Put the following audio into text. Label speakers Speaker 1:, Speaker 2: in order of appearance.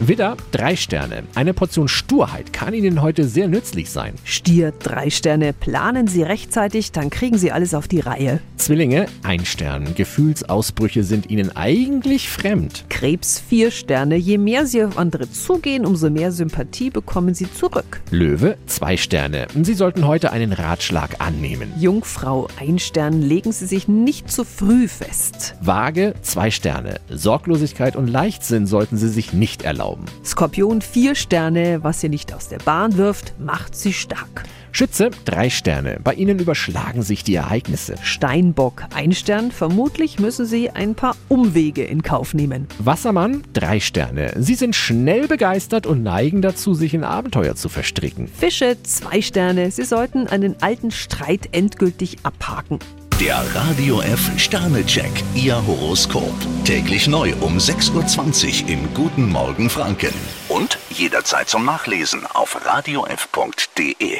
Speaker 1: Widder, drei Sterne. Eine Portion Sturheit kann Ihnen heute sehr nützlich sein.
Speaker 2: Stier, drei Sterne. Planen Sie rechtzeitig, dann kriegen Sie alles auf die Reihe.
Speaker 1: Zwillinge, ein Stern. Gefühlsausbrüche sind Ihnen eigentlich fremd.
Speaker 2: Krebs, vier Sterne. Je mehr Sie auf andere zugehen, umso mehr Sympathie bekommen Sie zurück.
Speaker 1: Löwe, zwei Sterne. Sie sollten heute einen Ratschlag annehmen.
Speaker 2: Jungfrau, ein Stern. Legen Sie sich nicht zu früh fest.
Speaker 1: Waage, zwei Sterne. Sorglosigkeit und Leichtsinn sollten Sie sich nicht erlauben.
Speaker 2: Skorpion, vier Sterne. Was Sie nicht aus der Bahn wirft, macht Sie stark.
Speaker 1: Schütze, drei Sterne. Bei Ihnen überschlagen sich die Ereignisse.
Speaker 2: Steinbock, ein Stern. Vermutlich müssen Sie ein paar Umwege in Kauf nehmen.
Speaker 1: Wassermann, drei Sterne. Sie sind schnell begeistert und neigen dazu, sich in Abenteuer zu verstricken.
Speaker 2: Fische, zwei Sterne. Sie sollten einen alten Streit endgültig abhaken.
Speaker 3: Der Radio F Sternecheck, Ihr Horoskop. Täglich neu um 6.20 Uhr im Guten Morgen Franken. Und jederzeit zum Nachlesen auf radiof.de.